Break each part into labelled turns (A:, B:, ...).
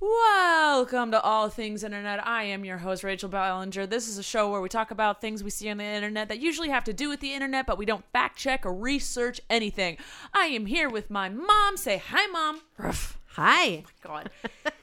A: Welcome to All Things Internet. I am your host, Rachel Ballinger. This is a show where we talk about things we see on the internet that usually have to do with the internet, but we don't fact check or research anything. I am here with my mom. Say hi, mom. Ruff.
B: Hi,
A: God.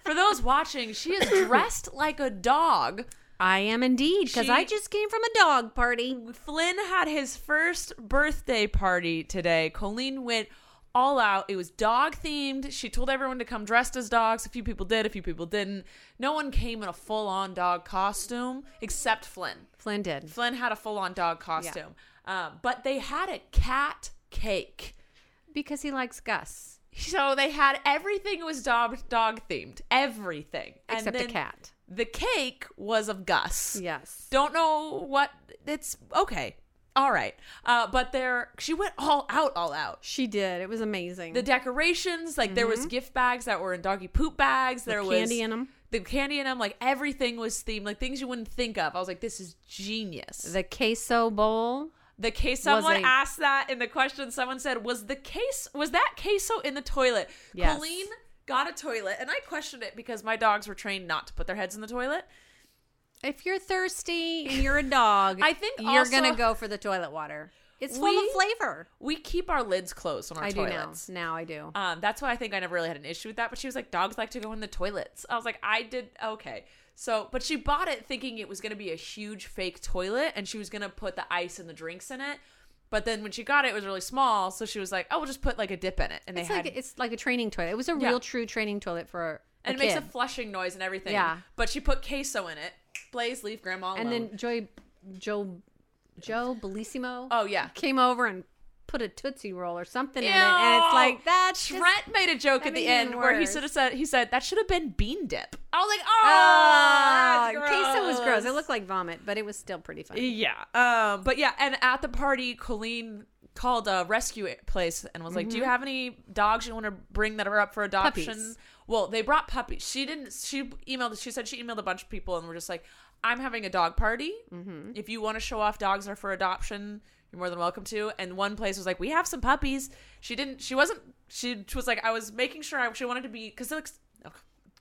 A: For those watching, she is dressed like a dog.
B: I am indeed because
A: She-
B: I just came from a dog party.
A: Flynn had his first birthday party today. Colleen went all out. It was dog themed. She told everyone to come dressed as dogs. A few people did, a few people didn't. No one came in a full on dog costume except Flynn.
B: Flynn did.
A: Flynn had a full on dog costume. Uh, but they had a cat cake.
B: Because he likes Gus,
A: So they had everything was dog dog themed. Everything. And
B: except a
A: then
B: cat.
A: The cake was of Gus.
B: Yes.
A: Don't know what it's okay. All right. Uh, but there she went all out, all out.
B: She did. It was amazing.
A: The decorations, like there was gift bags that were in doggy poop bags. There was
B: Mm-hmm. candy in 'em.
A: The candy in them, like everything was themed, like things you wouldn't think of. I was like, this is genius.
B: The queso bowl.
A: The case someone
B: a-
A: asked that in the question, someone said, "Was the case was that queso in the toilet?"
B: Yes.
A: Colleen got a toilet, and I questioned it because my dogs were trained not to put their heads in the toilet.
B: If you're thirsty and you're a dog,
A: I think
B: you're
A: also-
B: gonna go for the toilet water. It's full
A: We-
B: of flavor.
A: We keep our lids closed on our
B: I
A: toilets.
B: do now. Now I do.
A: Um, that's why I think I never really had an issue with that. But she was like, "Dogs like to go in the toilets." I was like, "I did okay." So, but she bought it thinking it was going to be a huge fake toilet, and she was going to put the ice and the drinks in it. But then when she got it, it was really small, so she was like, "Oh, we'll just put like a dip in it." And they
B: it's
A: had
B: like it's like a training toilet. It was a
A: Yeah.
B: real, true training toilet for. A
A: and it
B: kid.
A: makes a flushing noise and everything.
B: Yeah.
A: But she put queso in it. Blaze, leave grandma alone.
B: and then Joy, Joe, Joe Bellissimo.
A: oh yeah.
B: came over and put a tootsie roll or something in it, and it's like that's just-
A: Trent made a joke
B: that
A: at the
B: makes it
A: end
B: even
A: where he
B: worse.
A: should have said he said that should have been bean dip. I was like, oh,
B: Oh, queso was gross. It looked like vomit, but it was still pretty funny.
A: yeah. Um, but yeah, and at the party, Colleen called a rescue place and was like, "Do you have any dogs you want to bring that are up for adoption?"
B: Puppies.
A: Well, they brought puppies. She didn't. She emailed. She said she emailed a bunch of people and were just like, "I'm having a dog party. If you want to show off dogs that are for adoption, you're more than welcome to." And one place was like, "We have some puppies." She didn't. She wasn't. She was like, "I was making sure I, she wanted to be because like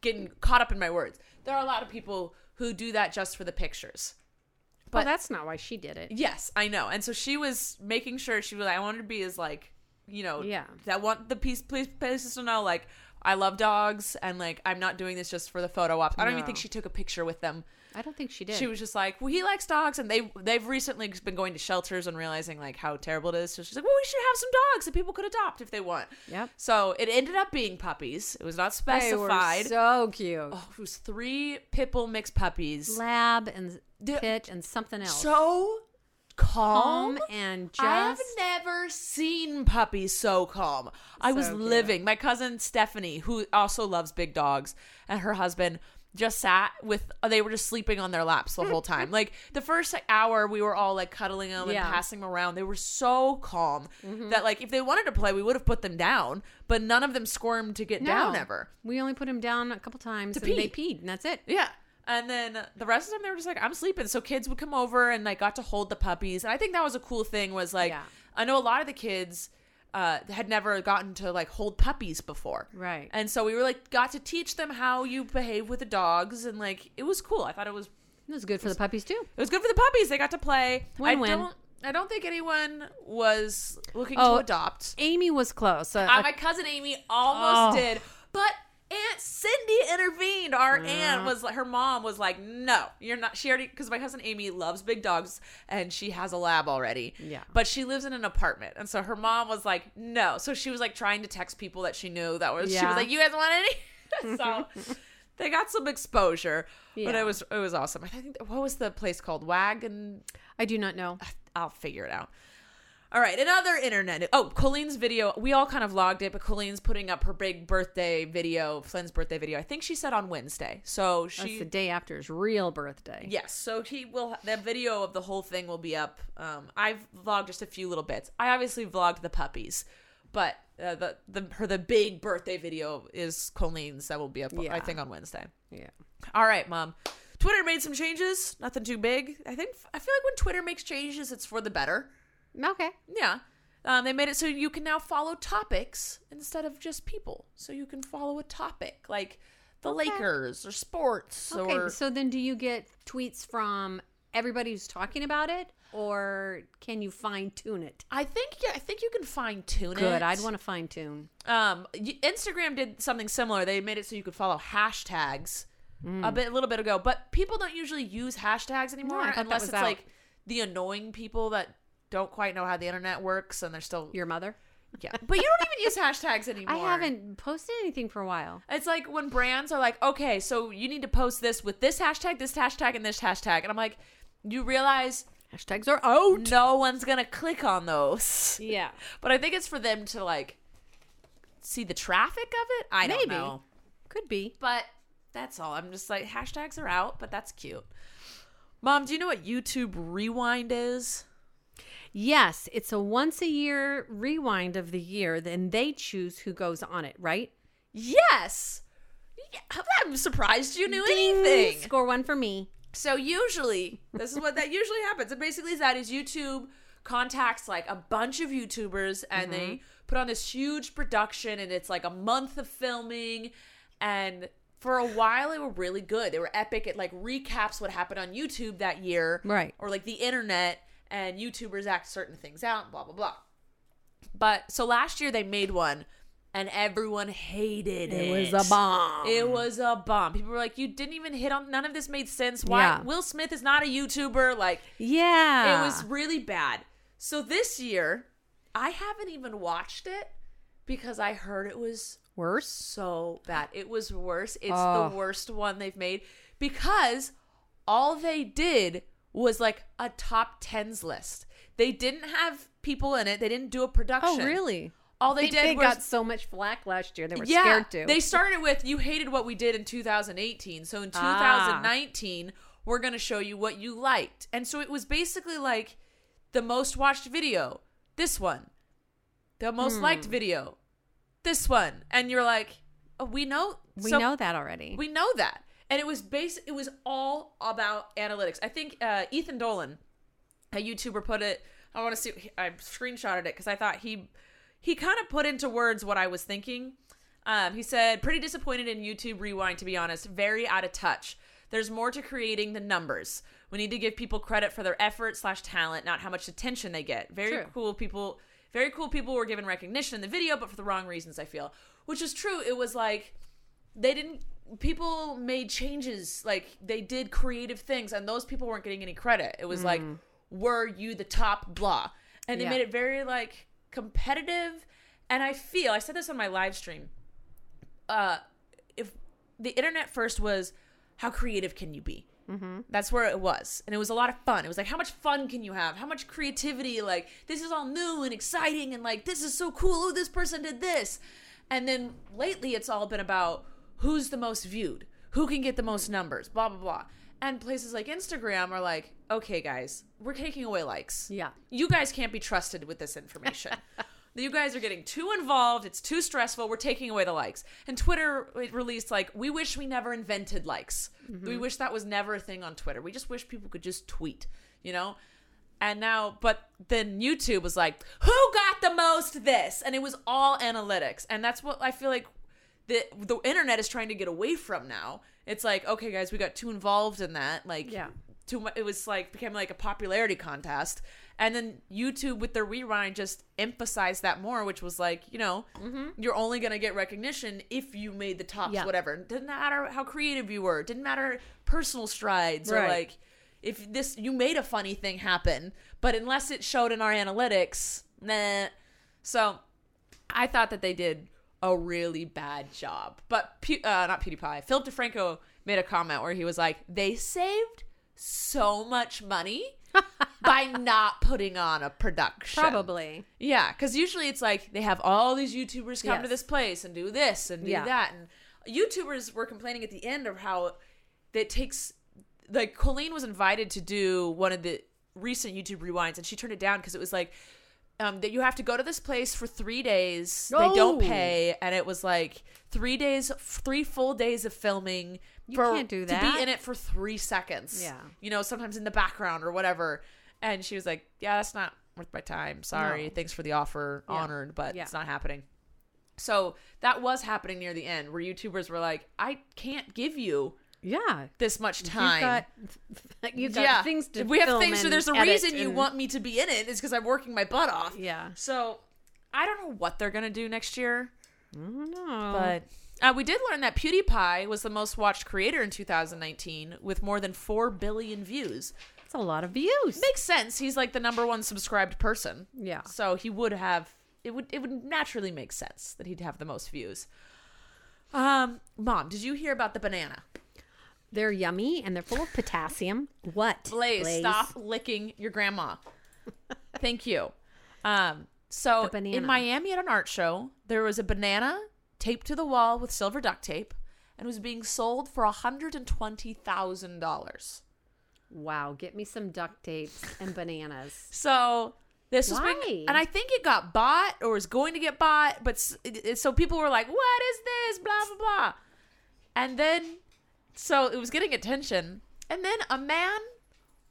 A: getting caught up in my words. There are a lot of people who do that just for the pictures."
B: But that's not why she did it.
A: Yes, I know. And so she was making sure she was. I wanted to be as like, you know,
B: Yeah.
A: That want the piece, please, places to know like I love dogs and like I'm not doing this just for the photo ops. I don't even
B: No.
A: think she took a picture with them.
B: I don't think she did.
A: She was just like, well, he likes dogs, and they they've recently been going to shelters and realizing like how terrible it is. So she's like, well, we should have some dogs that people could adopt if they want.
B: Yep.
A: So it ended up being puppies. It was not
B: They were
A: specified.
B: so cute.
A: oh, it was three Pipple mixed puppies.
B: Lab and
A: The-
B: pit and something else.
A: So calm
B: Calm and just.
A: I have never seen puppies so calm. I was
B: So cute.
A: living. My cousin Stephanie, who also loves big dogs, and her husband just sat with they were just sleeping on their laps the whole time. like the first hour we were all like cuddling them
B: Yeah. Mm-hmm.
A: and passing them around. They were so calm that like if they wanted to play, we would have put them down, but none of them squirmed to get
B: No.
A: down ever.
B: We only put him down a couple times
A: To
B: and they peed, and that's it.
A: Yeah. And then the rest of them, they were just like, I'm sleeping. So kids would come over and like got to hold the puppies. And I think that was a cool thing was like,
B: Yeah.
A: I know a lot of the kids uh, had never gotten to like hold puppies before.
B: Right.
A: And so we were like, got to teach them how you behave with the dogs. And like, it was cool. I thought it was,
B: It was good for the puppies too.
A: it was good for the puppies. They got to play.
B: Win-win.
A: I don't, I don't think anyone was looking
B: Oh,
A: to adopt.
B: Amy was close. Uh,
A: Uh, my cousin Amy almost
B: Oh.
A: did, but Aunt Cindy intervened. Our aunt was her mom was like, "No, you're not." She already because my cousin Amy loves big dogs and she has a lab already.
B: Yeah.
A: but she lives in an apartment, and so her mom was like, "No." So she was like trying to text people that she knew that was. She
B: Yeah.
A: was like, "You guys want any?" so. They got some exposure, but
B: Yeah.
A: it was it was awesome. I think what was the place called? Wagon
B: I do not know.
A: I'll figure it out. All right, another internet. Oh, Colleen's video. We all kind of logged it, but Colleen's putting up her big birthday video, Flynn's birthday video. I think she said on Wednesday. So
B: That's
A: she
B: the day after his real birthday.
A: Yes, so he will. That video of the whole thing will be up. Um, I've vlogged just a few little bits. I obviously vlogged the puppies, but uh, the the her the big birthday video is Colleen's. That will be up, I
B: Yeah.
A: think, on Wednesday.
B: Yeah.
A: All right, mom. Twitter made some changes. Nothing too big. I think. I feel like when Twitter makes changes, it's for the better.
B: Okay.
A: Yeah. Um, they made it so you can now follow topics instead of just people. So you can follow a topic like the
B: Okay.
A: Lakers or sports
B: Okay.
A: or
B: So then, do you get tweets from everybody who's talking about it, or can you fine tune it?
A: I think yeah, I think you can fine tune it.
B: Good. I'd want to fine tune.
A: Um, y- Instagram did something similar. They made it so you could follow hashtags a bit, a little bit ago. But people don't usually use hashtags anymore
B: Mm. I thought that
A: unless
B: was
A: it's
B: out.
A: like the annoying people that don't quite know how the internet works and they're still
B: Your mother?
A: yeah. But you don't even use hashtags anymore.
B: I haven't posted anything for a while.
A: It's like when brands are like, okay, so you need to post this with this hashtag, this hashtag, and this hashtag, and I'm like, you realize
B: Hashtags are out.
A: no one's gonna click on those.
B: Yeah.
A: But I think it's for them to like see the traffic of it. I don't
B: Maybe.
A: know.
B: Could be.
A: But that's all. I'm just like hashtags are out, but that's cute. Mom, do you know what YouTube Rewind is?
B: Yes, it's a once a year rewind of the year, then they choose who goes on it, right?
A: Yes. Yeah, I'm surprised you knew
B: Ding!
A: anything.
B: Score one for me.
A: So usually, this is what that usually happens. And basically, is that is YouTube contacts like a bunch of YouTubers, and they
B: Mm-hmm.
A: put on this huge production, and it's like a month of filming. And for a while, they were really good. They were epic. It like recaps what happened on YouTube that year,
B: Right.
A: Or like the internet and YouTubers act certain things out, blah blah blah. But so last year they made one, and everyone hated it.
B: It was a bomb.
A: It was a bomb. People were like, "You didn't even hit on none of this made sense. Why
B: Yeah.
A: Will Smith is not a YouTuber? Like
B: yeah.
A: it was really bad." So this year, I haven't even watched it because I heard it was
B: worse.
A: so bad. It was worse. It's
B: Ugh.
A: the worst one they've made because all they did was like a top tens list. They didn't have people in it. They didn't do a
B: Oh,
A: production.
B: really?
A: All they, did was
B: got so much flack last year. They were scared to.
A: they started with you hated what we did in 2018. So in
B: Ah.
A: 2019, we're going to show you what you liked. And so it was basically like the most watched video, this one. The most liked
B: Hmm.
A: video, this one. And you're like, oh, we know
B: we
A: so-
B: know that already.
A: we know that. And it was base it was all about analytics. I think uh, Ethan Dolan, a YouTuber put it I want to see I screenshotted it cuz I thought he he kind of put into words what I was thinking. Um, he said, "Pretty disappointed in YouTube Rewind to be honest, very out of touch. There's more to creating than numbers. We need to give people credit for their effort slash talent, not how much attention they get. Very
B: True.
A: cool people, very cool people were given recognition in the video, but for the wrong reasons. I feel, which is true. It was like they didn't people made changes like they did creative things and those people weren't getting any credit it was like were you the top blah and they
B: Yeah.
A: made it very like competitive and i feel i said this on my live stream uh if the internet first was how creative can you be that's where it was and it was a lot of fun it was like how much fun can you have how much creativity like this is all new and exciting and like this is so cool oh this person did this and then lately it's all been about who's the most viewed who can get the most numbers blah blah blah and places like instagram are like okay guys we're taking away likes
B: Yeah.
A: you guys can't be trusted with this information. you guys are getting too involved. It's too stressful. We're taking away the likes. And Twitter it released like, we wish we never invented likes. We wish that was never a thing on Twitter. We just wish people could just tweet, you know? And now, but then YouTube was like, who got the most this? And it was all analytics. And that's what I feel like the the internet is trying to get away from now. It's like, okay, guys, we got too involved in that. Like,
B: Yeah.
A: too much. It was like became like a popularity contest, and then YouTube with their rewind just emphasized that more, which was like, you know, you're only gonna get recognition if you made the tops,
B: Mm-hmm. Yeah.
A: whatever. Didn't matter how creative you were. Didn't matter personal strides or
B: Right.
A: like if this you made a funny thing happen, but unless it showed in our analytics, nah. So I thought that they did a really bad job. But Pew- uh, not PewDiePie. Philip DeFranco made a comment where he was like, "They saved so much money by I'm not putting on a production.
B: Probably.
A: Yeah, because usually it's like they have all these YouTubers come to
B: Yes.
A: this place and do this and do
B: Yeah.
A: that, and YouTubers were complaining at the end of how that takes. Like Colleen was invited to do one of the recent YouTube rewinds, and she turned it down because it was like um, that you have to go to this place for three days. They don't
B: No.
A: pay, and it was like three days, three full days of filming.
B: You can't do
A: To be
B: that.
A: in it for three seconds.
B: Yeah.
A: you know, sometimes in the background or whatever. And she was like, "Yeah, that's not worth my time. Sorry,
B: No.
A: thanks for the offer,
B: Yeah.
A: honored, but
B: Yeah.
A: it's not happening." So that was happening near the end, where YouTubers were like, "I can't give you
B: Yeah.
A: this much
B: You've
A: time."
B: got, you've got things to
A: we have
B: film
A: things. So
B: and
A: there's a
B: edit
A: reason you
B: and-
A: want me to be in it is because I'm working my butt off.
B: Yeah.
A: So I don't know what they're gonna do next year,
B: I don't know.
A: but uh, we did learn that PewDiePie was the most watched creator in 2019 with more than four billion views.
B: it's a lot of views.
A: Makes sense. He's like the number one subscribed person.
B: Yeah.
A: So he would have it would it would naturally make sense that he'd have the most views. Um, mom, did you hear about the banana?
B: They're yummy and they're full of potassium. What?
A: Blaze, stop licking your grandma. Thank you. Um, so
B: The banana.
A: in Miami at an art show, there was a banana taped to the wall with silver duct tape and was being sold for $120,000.
B: Wow, get me some duct tapes and bananas.
A: So this was
B: Why?
A: being, and I think it got bought or is going to get bought, but s- it, it- so people were like, "What is this?" Blah blah blah, and then so it was getting attention, and then a man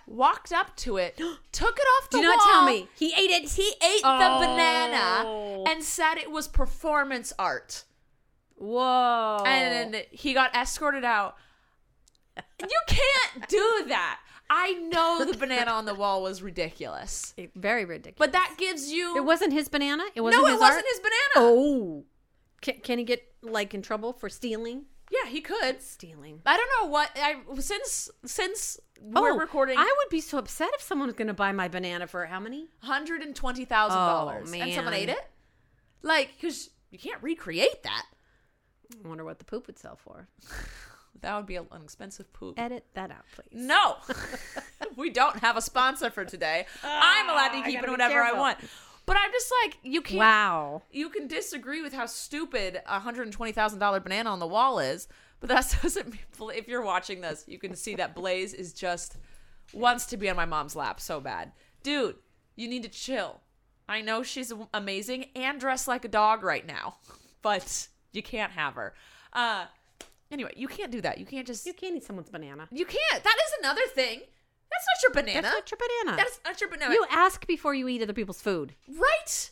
A: walked up to it, took it off the
B: Do
A: wall.
B: not tell me. Oh. He ate it. He ate
A: The banana and said it was performance art,
B: Whoa. Oh.
A: and he got escorted out. You can't do that. I know the banana on the wall was ridiculous,
B: It- very ridiculous.
A: but that gives you
B: it wasn't his banana. It wasn't
A: no,
B: his
A: it wasn't
B: art?
A: his banana.
B: Oh. Can, can he get like in trouble for stealing?
A: Yeah, he could.
B: Stealing.
A: I don't know what I since since we're
B: Oh,
A: recording
B: I would be so upset if someone was going to buy my banana for how many?
A: hundred and twenty thousand dollars,
B: Oh,
A: and someone
B: man.
A: ate it. Like, because you can't recreate that.
B: I wonder what the poop would sell for.
A: That would be an expensive poop.
B: Edit that out, please.
A: No, we don't have a sponsor for today. I'm allowed to keep
B: Ah, gotta
A: it
B: be
A: whatever I
B: careful.
A: want. But I'm just like you can't.
B: Wow.
A: You can disagree with how stupid a hundred and twenty thousand dollar banana on the wall is, but that doesn't. mean Bla- If you're watching this, you can see that Blaze is just wants to be on my mom's lap so bad, dude. You need to chill. I know she's amazing and dressed like a dog right now, but you can't have her. Uh, anyway, you can't do that. You can't just
B: You can't eat someone's banana.
A: you can't. That is another thing. That's not your banana.
B: That's not your banana.
A: That's not your banana.
B: you ask before you eat other people's food.
A: right?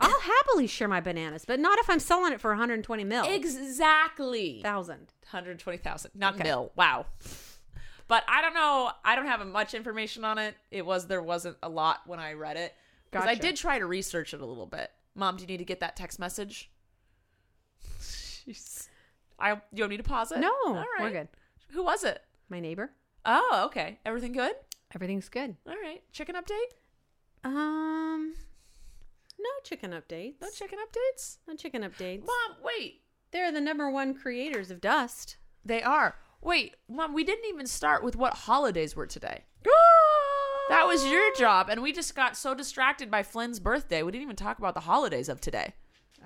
B: I'll happily share my bananas, but not if I'm selling it for 120 mil.
A: Exactly.
B: thousand.
A: 120,000. Not mil. Wow. But I don't know. I don't have much information on it. It was there wasn't a lot when I read it. Because I
B: Gotcha.
A: did try to research it a little bit. Mom, do you need to get that text message? Jeez. I you don't need to pause it?
B: No,
A: All
B: we're
A: right.
B: good.
A: Who was it?
B: My neighbor,
A: Oh, okay. Everything good?
B: everything's good.
A: All right. Chicken update?
B: Um, no chicken updates.
A: No chicken updates?
B: No chicken updates.
A: Mom, wait.
B: They're the number one creators of dust.
A: They are. Wait, mom, we didn't even start with what holidays were today. That was your job, and we just got so distracted by Flynn's birthday. We didn't even talk about the holidays of today.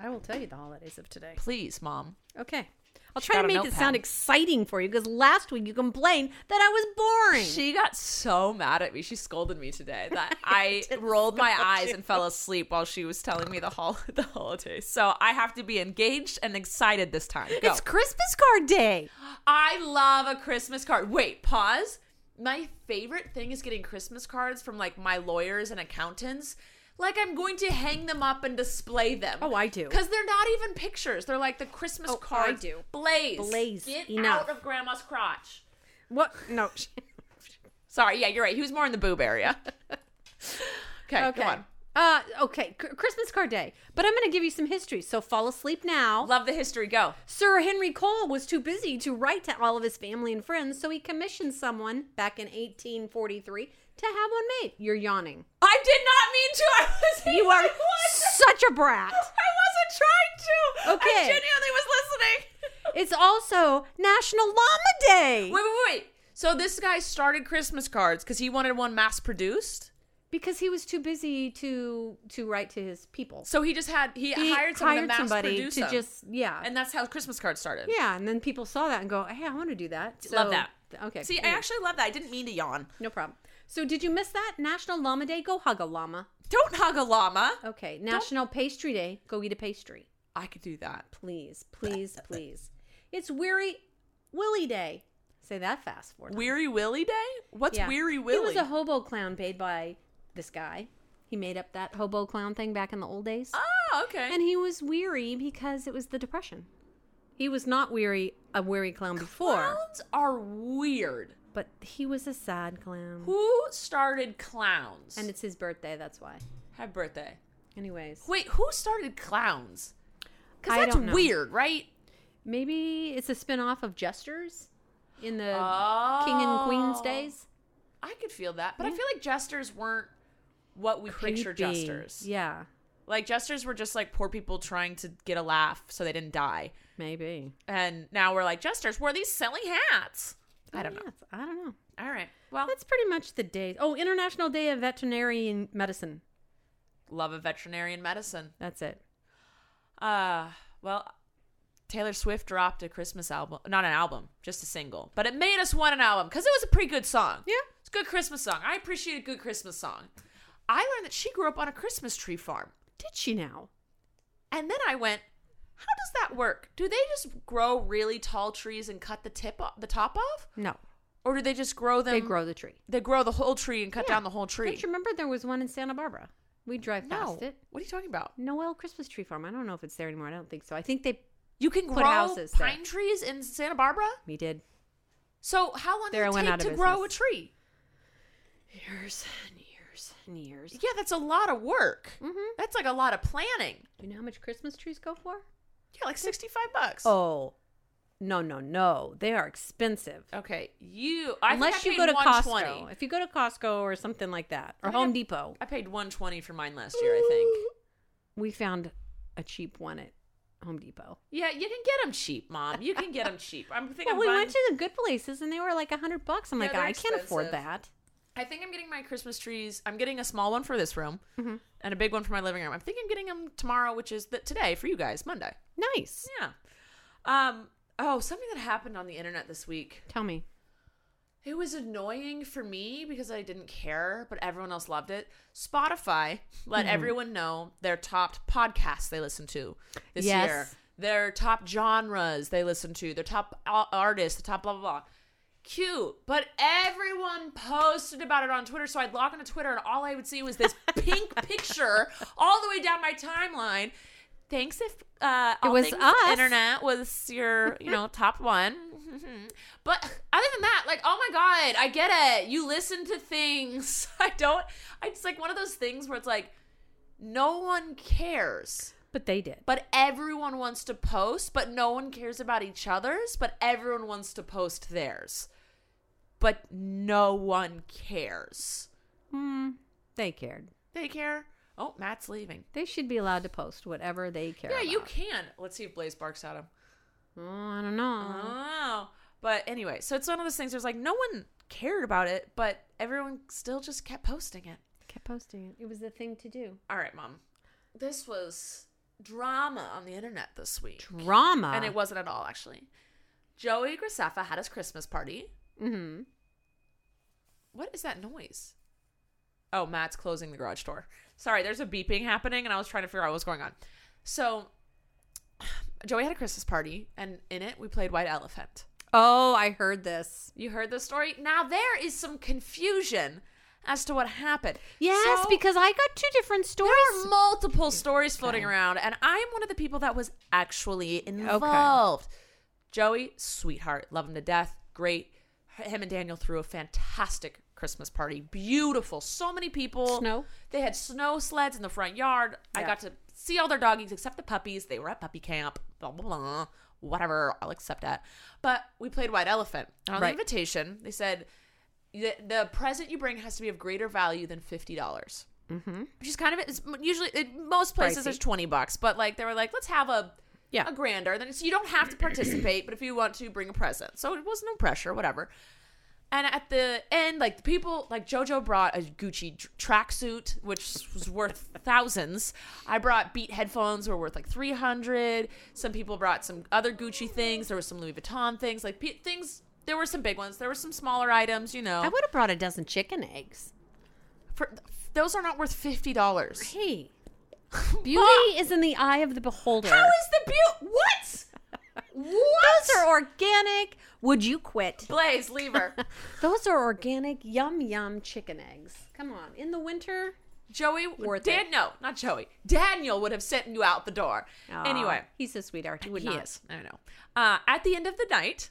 B: I will tell you the holidays of today.
A: Please, mom.
B: Okay. I'll
A: She
B: try
A: got
B: to
A: a
B: make it
A: notepad.
B: sound exciting for you because last week you complained that I was boring.
A: She got so mad at me. She scolded me today that I rolled my eyes and fell asleep while she was telling me the hol- the holidays. So I have to be engaged and excited this time. Go.
B: it's Christmas card day.
A: I love a Christmas card. Wait, pause. My favorite thing is getting Christmas cards from like my lawyers and accountants. Like I'm going to hang them up and display them.
B: Oh, I do.
A: Because they're not even pictures. They're like the Christmas
B: Oh, I
A: cards.
B: do.
A: Blaze.
B: Blaze,
A: Get out
B: enough.
A: of grandma's crotch.
B: What? No.
A: Sorry, yeah, you're right. He was more in the boob area. okay,
B: okay.
A: come on.
B: Uh, okay, C- Christmas card day. But I'm going to give you some history. So fall asleep now.
A: Love the history. Go.
B: Sir Henry Cole was too busy to write to all of his family and friends, so he commissioned someone back in 1843 to have one made. You're yawning.
A: I did not mean to. I was.
B: You are
A: I wasn't,
B: such a brat.
A: I wasn't trying to. I
B: Okay.
A: genuinely was listening.
B: It's also National Llama Day.
A: Wait, wait, wait. So this guy started Christmas cards because he wanted one mass produced.
B: because he was too busy to to write to his people.
A: So he just had he,
B: He
A: hired someone to mass produce
B: to
A: them.
B: just yeah,
A: and that's how Christmas cards started.
B: yeah, and then people saw that and go, "Hey, I want to do that."
A: Love
B: So-
A: that.
B: Okay.
A: See, I
B: anyway,
A: actually love that. I didn't mean to yawn.
B: no problem. So, did you miss that National Llama Day? Go hug a llama.
A: Don't hug a llama.
B: Okay. National Pastry Day. Go eat a pastry.
A: I could do that.
B: Please, please, please. It's Weary Willie Day. Say that fast for me.
A: Weary Willie Day? What's
B: Yeah.
A: Weary Willie?
B: He was a hobo clown paid by this guy. He made up that hobo clown thing back in the old days.
A: oh, okay.
B: And he was weary because it was the depression. He was not weary a weary clown before,
A: Clowns are weird.
B: but he was a sad clown.
A: Who started clowns?
B: And it's his birthday, that's why.
A: happy birthday.
B: Anyways,
A: Wait, who started clowns? Because
B: I
A: that's
B: don't know.
A: weird, right?
B: maybe it's a spin-off of Jesters in the King and Queen's
A: Oh.
B: days.
A: I could feel that, but I
B: Yeah.
A: feel like jesters weren't what we picture
B: Creepy.
A: jesters.
B: Yeah,
A: Like jesters were just like poor people trying to get a laugh so they didn't die.
B: maybe.
A: And now we're like jesters wore these silly hats. I don't know.
B: Yes, Oh, I don't know.
A: All right. Well,
B: That's pretty much the day. Oh, International Day of Veterinary Medicine.
A: love of veterinarian medicine.
B: That's it.
A: Uh, well, Taylor Swift dropped a Christmas album, not an album, just a single, but it made us want an album because it was a pretty good song.
B: Yeah.
A: It's a good Christmas song. I appreciate a good Christmas song. I learned that she grew up on a Christmas tree farm.
B: Did she now?
A: And then I went, how does that work? Do they just grow really tall trees and cut the tip off, the top off?
B: No,
A: Or do they just grow them?
B: they grow the tree.
A: They grow the whole tree and cut
B: Yeah.
A: down the whole tree.
B: Don't you remember there was one in Santa Barbara? We drive
A: no.
B: past it.
A: What are you talking about?
B: Noel Christmas Tree Farm. I don't know if it's there anymore. I don't think so. I think they
A: You can
B: Put
A: grow
B: houses there.
A: pine trees in Santa Barbara.
B: we did
A: So how long
B: There, I
A: does it
B: went
A: take
B: out
A: to
B: of
A: grow a
B: business.
A: tree?
B: years and years and years.
A: Yeah, that's a lot of work.
B: Mhm.
A: That's like a lot of planning.
B: You know how much Christmas trees go for?
A: Yeah, like sixty-five bucks.
B: Oh, no, no, no. They are expensive.
A: Okay, you. I
B: Unless you
A: think
B: go
A: I
B: to
A: paid
B: Costco.
A: 120.
B: If you go to Costco or something like that,
A: I
B: or
A: think
B: Home
A: I-
B: Depot,
A: I paid one twenty for mine last year. I think.
B: we found a cheap one at Home Depot.
A: Yeah, you can get them cheap, mom. You can get them cheap. I'm thinking.
B: Well, we
A: I'm
B: went
A: buying-
B: to the good places and they were like a hundred bucks. I'm
A: Yeah,
B: like,
A: they're
B: I can't afford
A: expensive.
B: that.
A: I think I'm getting my Christmas trees. I'm getting a small one for this room
B: Mhm.
A: and a big one for my living room. I'm thinking I'm getting them tomorrow, which is th- today for you guys, Monday.
B: Nice.
A: Yeah. Um. Oh, something that happened on the internet this week.
B: Tell me.
A: It was annoying for me because I didn't care, but everyone else loved it. Spotify let everyone know their top podcasts they listen to this
B: Yes.
A: year, their top genres they listen to, their top a- artists, the top blah blah blah. Cute, but everyone posted about it on Twitter. So I'd log into Twitter and all I would see was this pink picture all the way down my timeline. Thanks if uh, all
B: was
A: things
B: us.
A: internet was your you know top one. But other than that, like, oh my god, I get it. You listen to things. I don't. I just like one of those things where it's like, no one cares,
B: But they did.
A: but everyone wants to post, but no one cares about each other's, but everyone wants to post theirs, but no one cares.
B: Hmm. they cared.
A: They care. Oh, Matt's leaving.
B: They should be allowed to post whatever they care
A: Yeah, you
B: about.
A: can. Let's see if Blaze barks at him.
B: Oh, I don't know.
A: Oh. But anyway, so it's one of those things there's like no one cared about it, but everyone still just kept posting it.
B: Kept posting it. It was the thing to do.
A: All right, mom. This was drama on the internet this week.
B: Drama.
A: And it wasn't at all, actually. Joey Graceffa had his Christmas party.
B: Mm-hmm.
A: What is that noise? Oh, Matt's closing the garage door. Sorry, there's a beeping happening, and I was trying to figure out what was going on. So, Joey had a Christmas party, and in it, we played White Elephant.
B: Oh, I heard this.
A: You heard the story? Now, there is some confusion as to what happened.
B: Yes,
A: So-
B: because I got two different stories.
A: There were multiple stories floating around, and I'm one of the people that was actually involved. Joey, sweetheart, love him to death. Great. Him and Daniel threw a fantastic Christmas party. Beautiful. So many people.
B: Snow?
A: They had snow sleds in the front yard. I
B: Yeah.
A: got to see all their doggies except the puppies. They were at puppy camp. Blah blah blah. Whatever. I'll accept that. But we played White Elephant. And on
B: Right.
A: the invitation, they said the, the present you bring has to be of greater value than fifty dollars
B: mm-hmm.
A: which is kind of it's usually it, most places
B: Pricey.
A: it's 20 bucks but like they were like let's have a
B: Yeah.
A: a grander then so you don't have to participate but if you want to bring a present so it was no pressure whatever And at the end, like the people, like JoJo brought a Gucci dr- tracksuit, which was worth thousands. I brought Beat headphones, were worth like three hundred. Some people brought some other Gucci things. There was some Louis Vuitton things, like pe- things. There were some big ones. There were some smaller items, you know.
B: I would have brought a dozen chicken eggs.
A: For, those are not worth fifty dollars.
B: Hey, beauty is in the eye of the beholder.
A: How is the beauty? What? What?
B: Those are organic. Would you quit?
A: Blaze, leave her.
B: Those are organic, yum yum chicken eggs. Come on, in the winter.
A: Joey,
B: Worth
A: Dan,
B: it.
A: no, not Joey. Daniel would have sent you out the door.
B: Aw,
A: Anyway,
B: he's a sweetheart. He would
A: he
B: not.
A: is. I know. Uh, at the end of the night,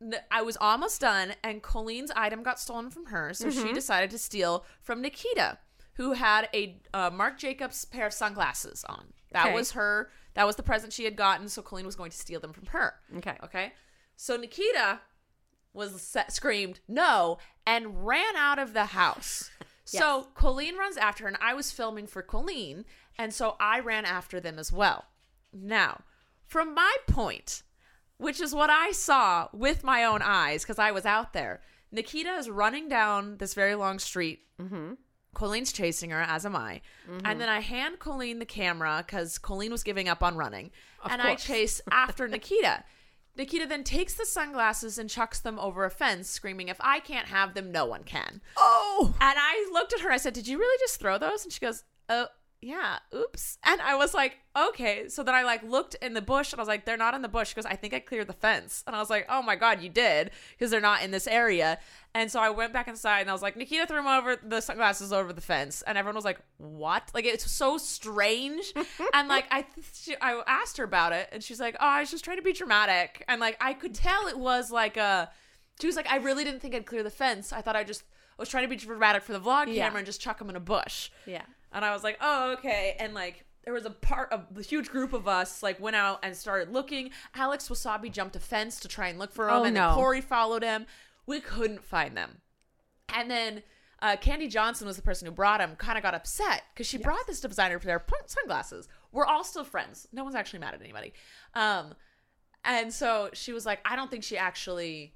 A: n- I was almost done, and Colleen's item got stolen from her, so
B: Mm-hmm.
A: she decided to steal from Nikita, who had a uh, Marc Jacobs pair of sunglasses on. That
B: Okay.
A: was her. That was the present she had gotten. So Colleen was going to steal them from her.
B: Okay.
A: Okay. So Nikita was set, screamed no and ran out of the house. So Colleen runs after her, and I was filming for Colleen, and so I ran after them as well. Now, from my point, which is what I saw with my own eyes because I was out there, Nikita is running down this very long street. Mm-hmm. Colleen's chasing her, as am I. And then I hand Colleen the camera because Colleen was giving up on running. and I
B: course.
A: chase after Nikita. Nikita then takes the sunglasses and chucks them over a fence, screaming, If I can't have them, no one can.
B: Oh,
A: And I looked at her. I said, "Did you really just throw those?" And she goes, "Oh, yeah. Oops." And I was like, "Okay." So then I like looked in the bush and I was like, "They're not in the bush." She goes, "I think I cleared the fence." And I was like, "Oh my god, you did," because they're not in this area. And so I went back inside and I was like, "Nikita threw 'em over the sunglasses over the fence," and everyone was like, "What?" Like it's so strange. and like I, th- she, I asked her about it, and she's like, "Oh, I was just trying to be dramatic," and like I could tell it was like a. She was like, I really didn't think I'd clear the fence. I thought I just I was trying to be dramatic for the vlog
B: Yeah.
A: camera and just chuck them in a bush.
B: yeah.
A: And I was like, oh, okay. And like, there was a part of the huge group of us like went out and started looking. Alex Wasabi jumped a fence to try and look for him,
B: Oh,
A: and
B: no.
A: then Corey followed him. We couldn't find them. And then uh, Candy Johnson was the person who brought him. Kind of got upset because she brought this designer pair of pun- sunglasses. We're all still friends. No one's actually mad at anybody. Um, and so she was like, I don't think she actually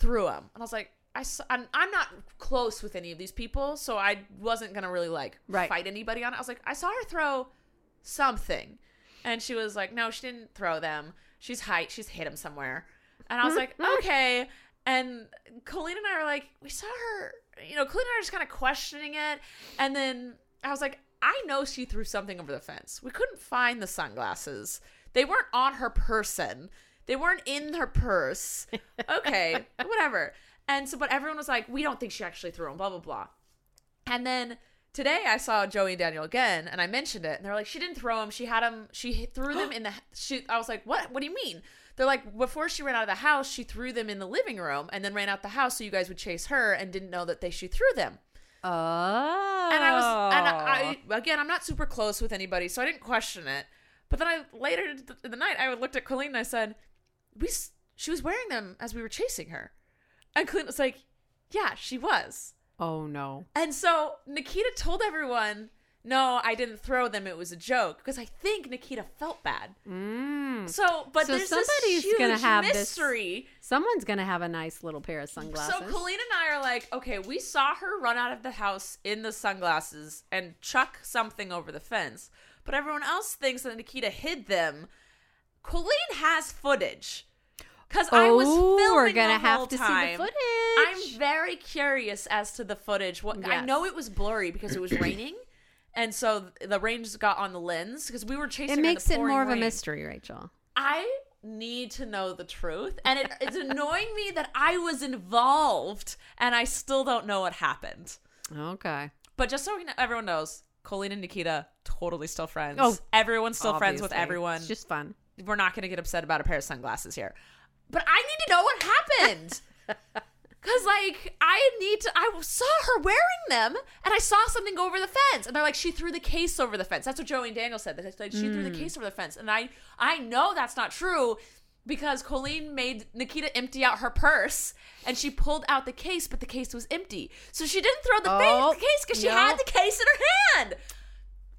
A: threw him. And I was like, I s- I'm, I'm not close with any of these people, so I wasn't gonna really like
B: Right.
A: fight anybody on it. I was like, I saw her throw something, and she was like, No, she didn't throw them. She's height. She's hit him somewhere. And I was like, Okay. And Colleen and I were like, We saw her. You know, Colleen and I were just kind of questioning it, and then I was like, I know she threw something over the fence. We couldn't find the sunglasses. They weren't on her person. They weren't in her purse. Okay, whatever. And so, but everyone was like, we don't think she actually threw them, blah, blah, blah. And then today I saw Joey and Daniel again, and I mentioned it, and they're like, she didn't throw them. She had them. She hit- threw them in the. She. I was like, what? What do you mean? They're like, before she ran out of the house, she threw them in the living room, and then ran out the house so you guys would chase her, and didn't know that they she threw them.
B: Oh,
A: And I was, and I, I again, I'm not super close with anybody, so I didn't question it. But then I later in the- in the night, I looked at Colleen and I said, "We, s- she was wearing them as we were chasing her," and Colleen was like, "Yeah, she was."
B: oh no.
A: And so Nikita told everyone, "No, I didn't throw them. It was a joke," because I think Nikita felt bad.
B: Mm.
A: So, but
B: So
A: there's
B: somebody's
A: this huge
B: gonna have this
A: mystery.
B: Someone's gonna have a nice little pair of sunglasses.
A: So Colleen and I are like, okay, we saw her run out of the house in the sunglasses and chuck something over the fence, but everyone else thinks that Nikita hid them. Colleen has footage because I was
B: Oh,
A: filming.
B: we're gonna
A: the
B: have
A: whole
B: to see the
A: time.
B: footage.
A: I'm very curious as to the footage. What I
B: Yes.
A: know it was blurry because it was raining, and so the rain just got on the lens because we were chasing. her
B: it
A: in the
B: makes it
A: pouring
B: more of a
A: rain.
B: mystery, Rachel.
A: I need to know the truth. And it, it's annoying me that I was involved and I still don't know what happened.
B: Okay.
A: But just so we know- everyone knows, Colleen and Nikita, totally still friends.
B: Oh,
A: Everyone's still friends with
B: Obviously.
A: everyone.
B: It's just fun.
A: We're not going to get upset about a pair of sunglasses here. But I need to know what happened. Cause like I need to, I saw her wearing them, and I saw something go over the fence, and they're like, she threw the case over the fence. That's what Joey and Daniel said. That like, she threw
B: Mm.
A: the case over the fence, and I I know that's not true because Colleen made Nikita empty out her purse, and she pulled out the case, but the case was empty, so she didn't throw the, fa-
B: Oh,
A: the case because she
B: no.
A: had the case in her hand.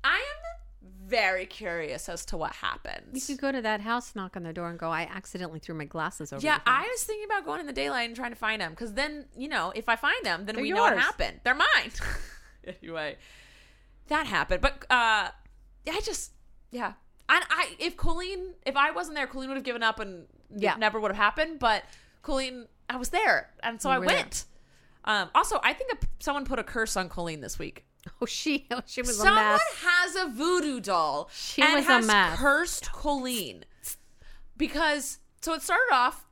A: I am very curious as to what happened.
B: You could go to that house, knock on their door, and go, I accidentally threw my glasses over.
A: Yeah,
B: the
A: I
B: fence."
A: was thinking about going in the daylight and trying to find them because then, you know, if I find them, then
B: They're
A: we know what
B: yours.
A: happened. They're mine. anyway, that happened. But uh I just, yeah. And I, if Colleen, if I wasn't there, Colleen would have given up and
B: Yeah.
A: it never would have happened. But Colleen, I was there. And so
B: You
A: I
B: were there.
A: went. Um, also, I think a, someone put a curse on Colleen this week.
B: Oh, she, oh, she was
A: Someone
B: a mess.
A: has a voodoo doll
B: She
A: and
B: was a
A: has
B: mess.
A: cursed Colleen because so it started off.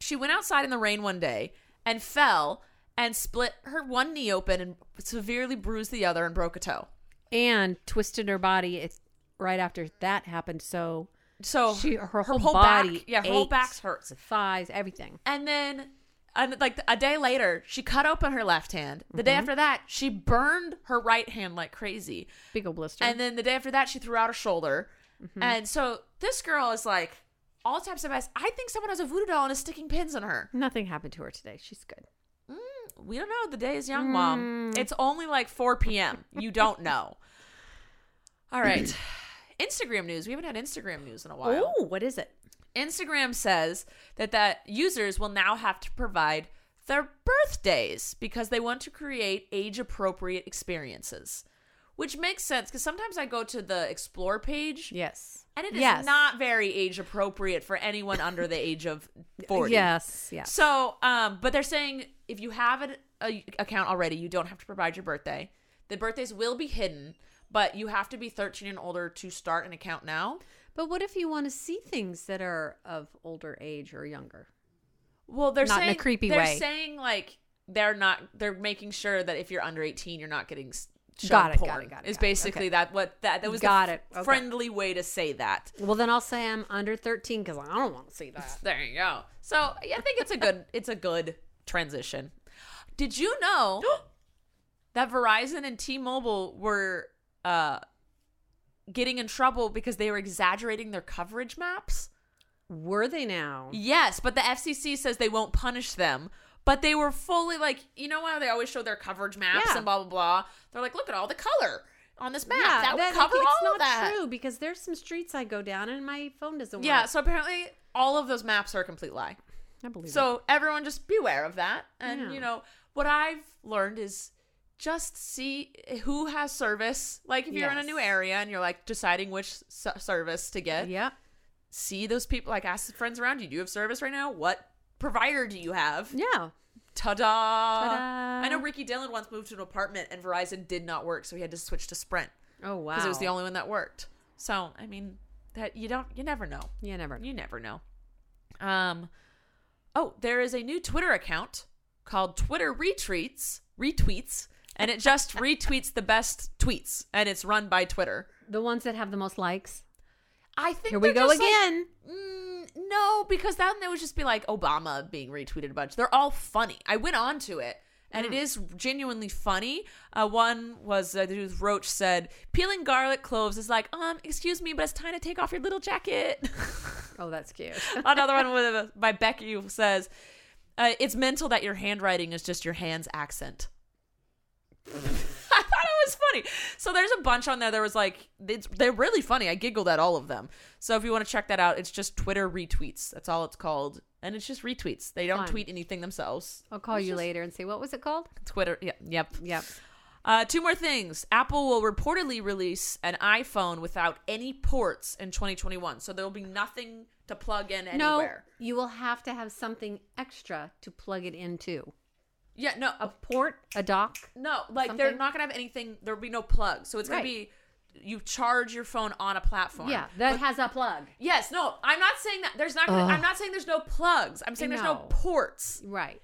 A: She went outside in the rain one day and fell and split her one knee open and severely bruised the other and broke a toe.
B: and twisted her body. It's right after that happened. So
A: So
B: she, her, whole,
A: back-
B: body,
A: yeah, her Oh, whole
B: ached,
A: back hurts.
B: her thighs, everything.
A: And then, and like a day later, she cut open her left hand. The
B: Mm-hmm.
A: day after that, she burned her right hand like crazy.
B: Big old blister.
A: And then the day after that, she threw out her shoulder. And so this girl is like all types of mess. I think someone has a voodoo doll and is sticking pins in her.
B: Nothing happened to her today. She's good.
A: We don't know. The day is young, mom. It's only like 4 p.m. You don't know. All right. Instagram news. We haven't had Instagram news in a while.
B: Oh, what is it?
A: Instagram says that that users will now have to provide their birthdays because they want to create age appropriate experiences. Which makes sense because sometimes I go to the explore page
B: Yes.
A: And it is
B: Yes.
A: not very age appropriate for anyone under the age of 40.
B: Yes. Yes.
A: So, um, but they're saying if you have an a, account already, you don't have to provide your birthday. The birthdays will be hidden, but you have to be 13 and older to start an account now.
B: But what if you want to see things that are of older age or younger?
A: Well, they're
B: Not in a
A: saying
B: creepy
A: they're
B: way.
A: saying like they're not they're making sure that if you're under 18, you're not getting s- shown
B: Got it, got
A: porn.
B: it, got it,
A: Is
B: got it.
A: basically
B: Okay.
A: that what that that was the
B: Got
A: f-
B: it. Okay.
A: friendly way to say that.
B: Well, then I'll say I'm under 13 because I don't want to see that.
A: There you go. So yeah, I think it's a good it's a good transition. Did you know that Verizon and T-Mobile were uh, getting in trouble because they were exaggerating their coverage maps?
B: Were they now?
A: Yes, but the FCC says they won't punish them. But they were fully like, you know how they always show their coverage maps
B: Yeah.
A: and blah blah blah. They're like, look at all the color on this map.
B: Yeah,
A: that would
B: that-
A: cover
B: it's
A: all
B: not
A: of that.
B: true because there's some streets I go down and my phone doesn't work.
A: Yeah. So apparently, all of those maps are a complete lie.
B: I believe it.
A: So everyone just beware of that. And
B: Yeah.
A: you know, what I've learned is just see who has service. Like if you're in a new
B: Yes.
A: area and you're like deciding which s- service to get,
B: Yeah.
A: see those people like ask the friends around you, do you have service right now? What provider do you have?
B: Yeah.
A: Ta-da.
B: Ta-da.
A: I know Ricky Dillon once moved to an apartment and Verizon did not work, so he had to switch to Sprint
B: Oh wow.
A: because it was the only one that worked. So, I mean, that you don't you never know.
B: Yeah, never.
A: You never know. Um, oh, there is a new Twitter account called Twitter Retweets, retweets, and it just retweets the best tweets, and it's run by Twitter.
B: The ones that have the most likes.
A: I think
B: Here we
A: they're
B: go
A: just like-
B: again.
A: Mm, no, because then they would just be like Obama being retweeted a bunch. They're all funny. I went on to it. And
B: Hmm.
A: it is genuinely funny. Uh, one was uh, the dude Roach said, "Peeling garlic cloves is like, um, excuse me, but it's time to take off your little jacket."
B: oh, that's cute.
A: Another one with by Becky who says, uh, "It's mental that your handwriting is just your hand's accent." I thought it was funny. So there's a bunch on there. There was like it's, they're really funny. I giggled at all of them. So if you want to check that out, it's just Twitter retweets. That's all it's called, and it's just retweets. They don't
B: Fun.
A: tweet anything themselves.
B: I'll call you later and say what was it called?
A: Twitter. Yeah, yep.
B: Yep.
A: Uh, two more things. Apple will reportedly release an iPhone without any ports in 2021. So there will be nothing to plug in anywhere.
B: No, you will have to have something extra to plug it into.
A: Yeah, no.
B: A port, a dock.
A: No, like they're
B: Something?
A: not gonna have anything. There'll be no plug, so it's gonna
B: Right.
A: be you charge your phone on a platform.
B: Yeah, that has a plug.
A: Yes. No. I'm not saying that. There's not. Gonna,
B: Ugh.
A: I'm not saying there's no plugs. I'm saying there's no
B: No.
A: ports.
B: Right.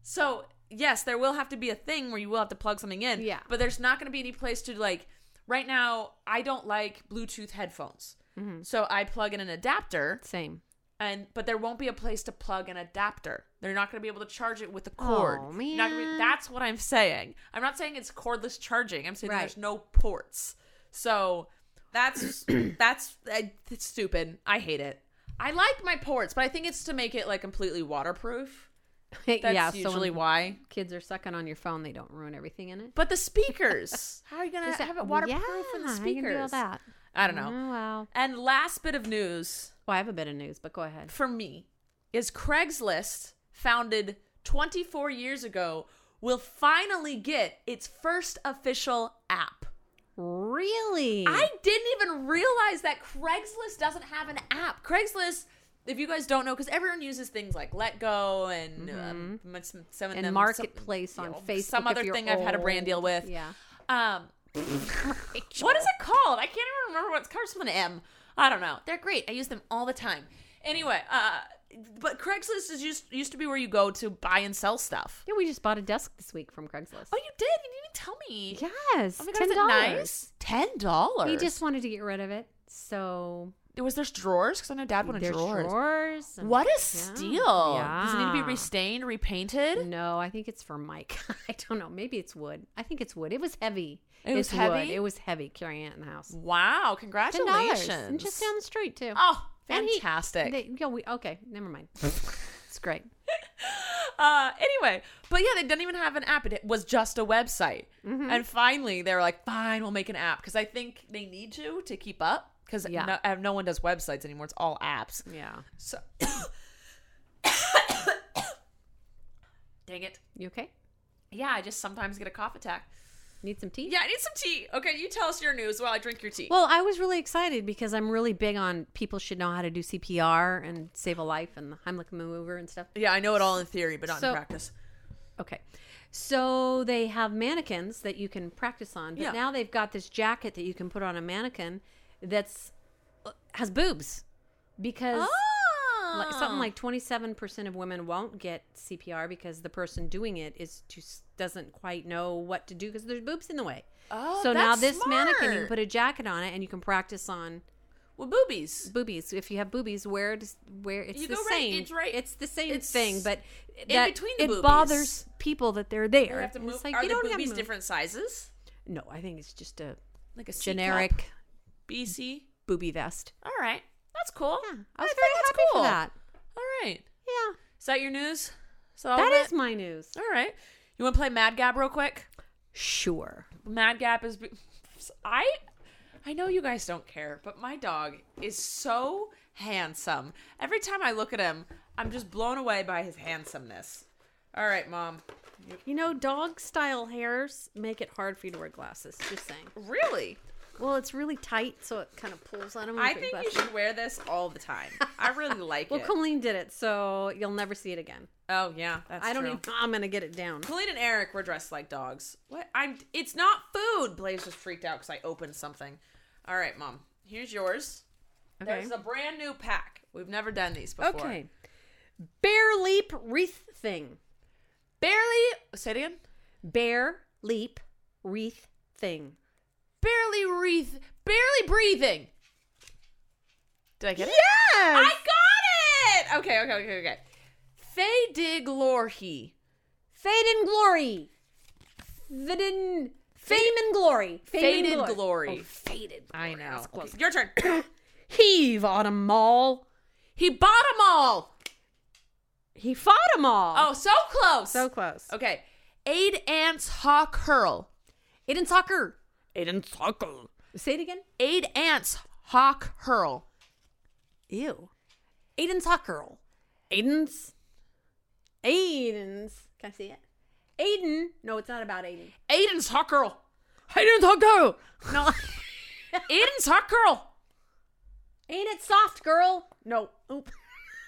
A: So yes, there will have to be a thing where you will have to plug something in.
B: Yeah.
A: But there's not gonna be any place to like. Right now, I don't like Bluetooth headphones,
B: Mm-hmm.
A: so I plug in an adapter,
B: Same.
A: and but there won't be a place to plug an adapter. They're not going to be able to charge it with a cord.
B: Oh,
A: You're not gonna be-
B: man.
A: that's what I'm saying. I'm not saying it's cordless charging. I'm saying
B: Right.
A: there's no ports. So that's that's I- it's stupid. I hate it. I like my ports, but I think it's to make it like completely waterproof. That's
B: yeah.
A: usually
B: so when
A: why.
B: kids are sucking on your phone, they don't ruin everything in it.
A: But the speakers, how are you gonna
B: Is that-
A: have it
B: well,
A: waterproof in the
B: yeah,
A: speakers?
B: how you gonna do all that?
A: I don't know.
B: Oh, wow.
A: And last bit of news
B: Well, I have a bit of news, but go ahead.
A: for me is Craigslist, founded 24 years ago, will finally get its first official app.
B: Really?
A: I didn't even realize that Craigslist doesn't have an app. Craigslist, if you guys don't know, because everyone uses things like Let Go and um, m- some, some of
B: Mm-hmm. and
A: them-
B: marketplace on
A: you know,
B: Facebook.
A: some other
B: if you're
A: thing I've had a brand deal
B: old.
A: with.
B: Yeah.
A: Um, what is it called? I can't even remember what it's called. It's with an M. I don't know. They're great. I use them all the time. Anyway, uh, but Craigslist is used used to be where you go to buy and sell stuff.
B: Yeah, we just bought a desk this week from Craigslist.
A: Oh, you did? You didn't even tell me.
B: yes,
A: Oh my god,
B: ten
A: is it
B: dollars.
A: nice? Ten dollars.
B: We just wanted to get rid of it, so
A: was there's drawers because I know Dad wanted
B: there's
A: drawers.
B: drawers and-
A: What a
B: Yeah.
A: steal! Does it need to be
B: Yeah.
A: restained, repainted?
B: No, I think it's for Mike. I don't know. Maybe it's wood. I think it's wood. It was heavy.
A: It was
B: It's
A: heavy?
B: Wood. It was heavy carrying it in the house.
A: Wow!
B: Ten dollars,
A: Congratulations!
B: and just down the street too.
A: oh,
B: And he-
A: fantastic!
B: They, yeah, we okay. Never mind. it's great.
A: uh anyway but yeah they didn't even have an app it was just a website and finally they were like fine we'll make an app because i think they need to to keep up because
B: Yeah.
A: no, uh, no one does websites anymore it's all apps
B: Yeah.
A: so dang it
B: You okay?
A: yeah i just sometimes get a cough attack
B: Need some tea?
A: yeah i need some tea okay you tell us your news while i drink your tea
B: Well, I was really excited because I'm really big on people should know how to do CPR and save a life and the Heimlich maneuver and stuff.
A: yeah i know it all in theory but not in
B: So-
A: practice
B: Okay. So they have mannequins that you can practice on, but
A: Yeah.
B: now they've got this jacket that you can put on a mannequin that's uh, has boobs because
A: Ah.
B: like, something like 27% of women won't get CPR because the person doing it is too doesn't quite know what to do because there's boobs in the way.
A: Oh,
B: so now
A: that's
B: this mannequin you can
A: smart.
B: put a jacket on it and you can practice on
A: with boobies
B: boobies. If you have boobies, where does where it's
A: You
B: the
A: go right-
B: same.
A: it's right-
B: It's the same
A: it's
B: thing, but
A: in
B: that-
A: between the
B: it
A: boobies.
B: bothers people that they're there.
A: you have to
B: And
A: move
B: It's like
A: are
B: you
A: the
B: don't have
A: boobies
B: to move.
A: different sizes
B: No, I think it's just a
A: like a C cup?
B: generic
A: bc
B: booby vest.
A: All right. That's cool.
B: I was
A: think
B: very
A: that's
B: happy
A: cool.
B: for that.
A: All right.
B: Yeah,
A: Is that your news? So
B: that is my news.
A: All right. You want to play Mad Gab real quick?
B: Sure.
A: Mad Gab is I I know you guys don't care, but my dog is so handsome. Every time I look at him, I'm just blown away by his handsomeness. All right, mom.
B: You know, dog style hairs make it hard for you to wear glasses. Just saying.
A: Really?
B: Well, it's really tight, so it kind of pulls on them. when
A: I
B: you put your
A: think you
B: glasses on.
A: should wear this all the time. I really like
B: Well,
A: it.
B: Colleen did it, so you'll never see it again.
A: oh yeah, that's
B: I don't
A: true.
B: even. I'm gonna get it down.
A: Colleen and Eric were dressed like dogs. What? I'm. It's not food. Blaze just freaked out because I opened something. All right, mom. Here's yours. There's a brand new pack. We've never done these before.
B: Okay. Bear leap wreath thing.
A: Barely. Say it again.
B: Bear leap wreath thing.
A: Barely wreath. Barely breathing. Did I get it? I
B: Yes!
A: got it. Okay. Okay. Okay. Okay. Faye Dig Lorhe.
B: Fade in glory. Fade in. Fame and glory. Fame
A: Faded
B: and
A: glory.
B: Oh, faded.
A: I know.
B: That's close.
A: Okay, your turn.
B: Heave on 'em all.
A: he bought them all.
B: He fought 'em all.
A: Oh, so close.
B: so close.
A: Okay. Aid ants hawk hurl.
B: Aiden soccer.
A: Aiden Tuckle.
B: Say it again.
A: Aid ants hawk hurl.
B: Ew. Aiden soccer. Aiden's. Aiden's. Can I see it? Aiden. No, it's not about Aiden.
A: Aiden's hawk hurl.
B: Aiden soccer.
A: No. Aiden's hawk hurl.
B: Ain't it soft, girl? No. Oop.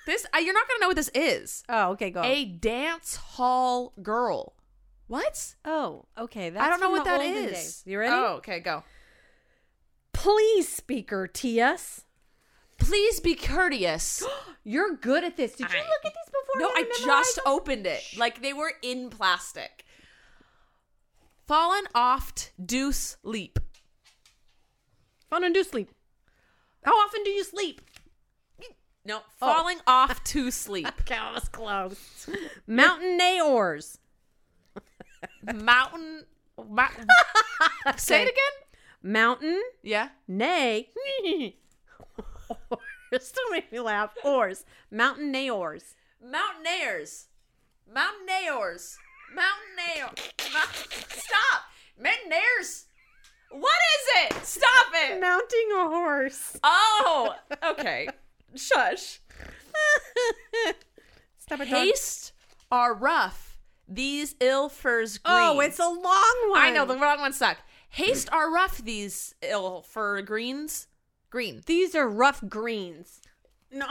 A: This I, you're not gonna know what this is.
B: Oh, okay, go.
A: A dance hall girl. What?
B: oh, okay. That's
A: I don't know
B: from
A: what
B: the
A: that
B: olden
A: is.
B: days. You ready?
A: Oh, okay, go.
B: Please, speaker TS.
A: Please be courteous.
B: You're good at this. Did you
A: I-
B: look at these before?
A: no,
B: and
A: I
B: memorized
A: just
B: them?
A: opened it. Like they were in plastic. Fallen oft deuce leap.
B: Fun and do sleep. How often do you sleep?
A: No, falling off to sleep.
B: Okay, I was close. Mountain Naors.
A: Mountain. Ma- Say it again.
B: Mountain
A: Yeah.
B: Nay. Still make me laugh. Oars. Mountain Naors.
A: Mountaineers. Mountaineers. Mountaineer. Mount- Stop. Mountaineers. What is it? Stop it.
B: Mounting a horse.
A: Oh, okay. Shush.
B: Stop it, dog.
A: Haste are rough. These ill furs green.
B: Oh, it's a long one.
A: I know the wrong one suck. Haste are rough. These ill fur greens. Green.
B: These are rough greens. No.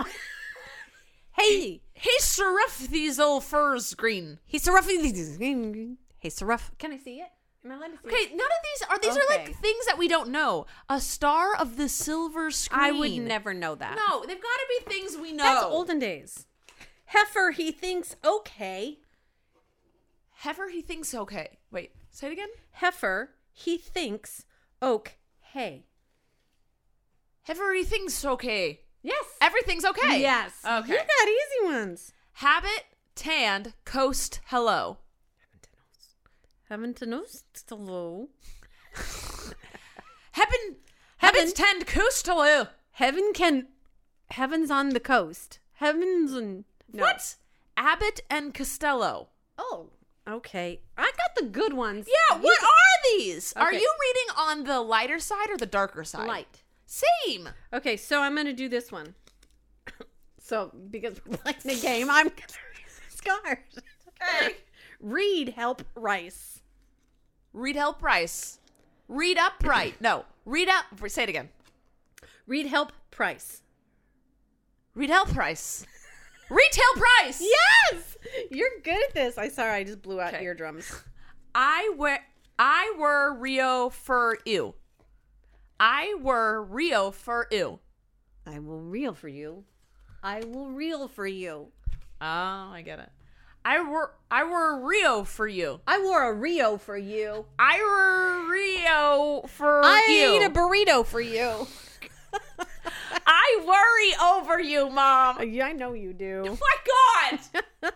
B: hey,
A: Haste are rough. These ill furs green.
B: he's a rough. He's a rough. Can I see it? Am I allowed to see
A: Okay,
B: it?
A: none of these are these are
B: Okay.
A: like things that we don't know. A star of the silver screen.
B: I would never know that.
A: No, they've got to be things we know.
B: That's olden days. Heifer, he thinks okay.
A: Heifer, he thinks okay. Wait, say it again.
B: Heifer, he thinks oak hay.
A: Heifer, he thinks okay.
B: Yes.
A: Everything's okay.
B: Yes.
A: Okay.
B: You got easy ones.
A: Habit, tanned, coast, hello.
B: Haven't to know hello.
A: Heaven,
B: Heaven.
A: heaven's tanned, coast, hello.
B: Heaven can. Heaven's on the coast. Heaven's on. no.
A: What? Abbott and Costello.
B: Oh. Okay. I got the good ones.
A: Yeah,
B: You
A: what
B: got-
A: are these? Are
B: Okay.
A: you reading on the lighter side or the darker side?
B: Light.
A: Same.
B: Okay, so I'm gonna do this one. so because we're playing the game, I'm scars.
A: Okay.
B: Read help rice.
A: Read help price. Read upright. No. Read up. Say it again.
B: Read help price.
A: Read help price. Retail price.
B: Yes, you're good at this. I sorry, I just blew out
A: Okay.
B: eardrums.
A: I were I were Rio for you. I were Rio for you.
B: I will reel for you. I will reel for you.
A: Oh, I get it. I were I were Rio for you.
B: I wore a Rio for you.
A: I were Rio for
B: I
A: you.
B: ate a burrito for you.
A: I worry over you, mom.
B: yeah, I know you do.
A: My God.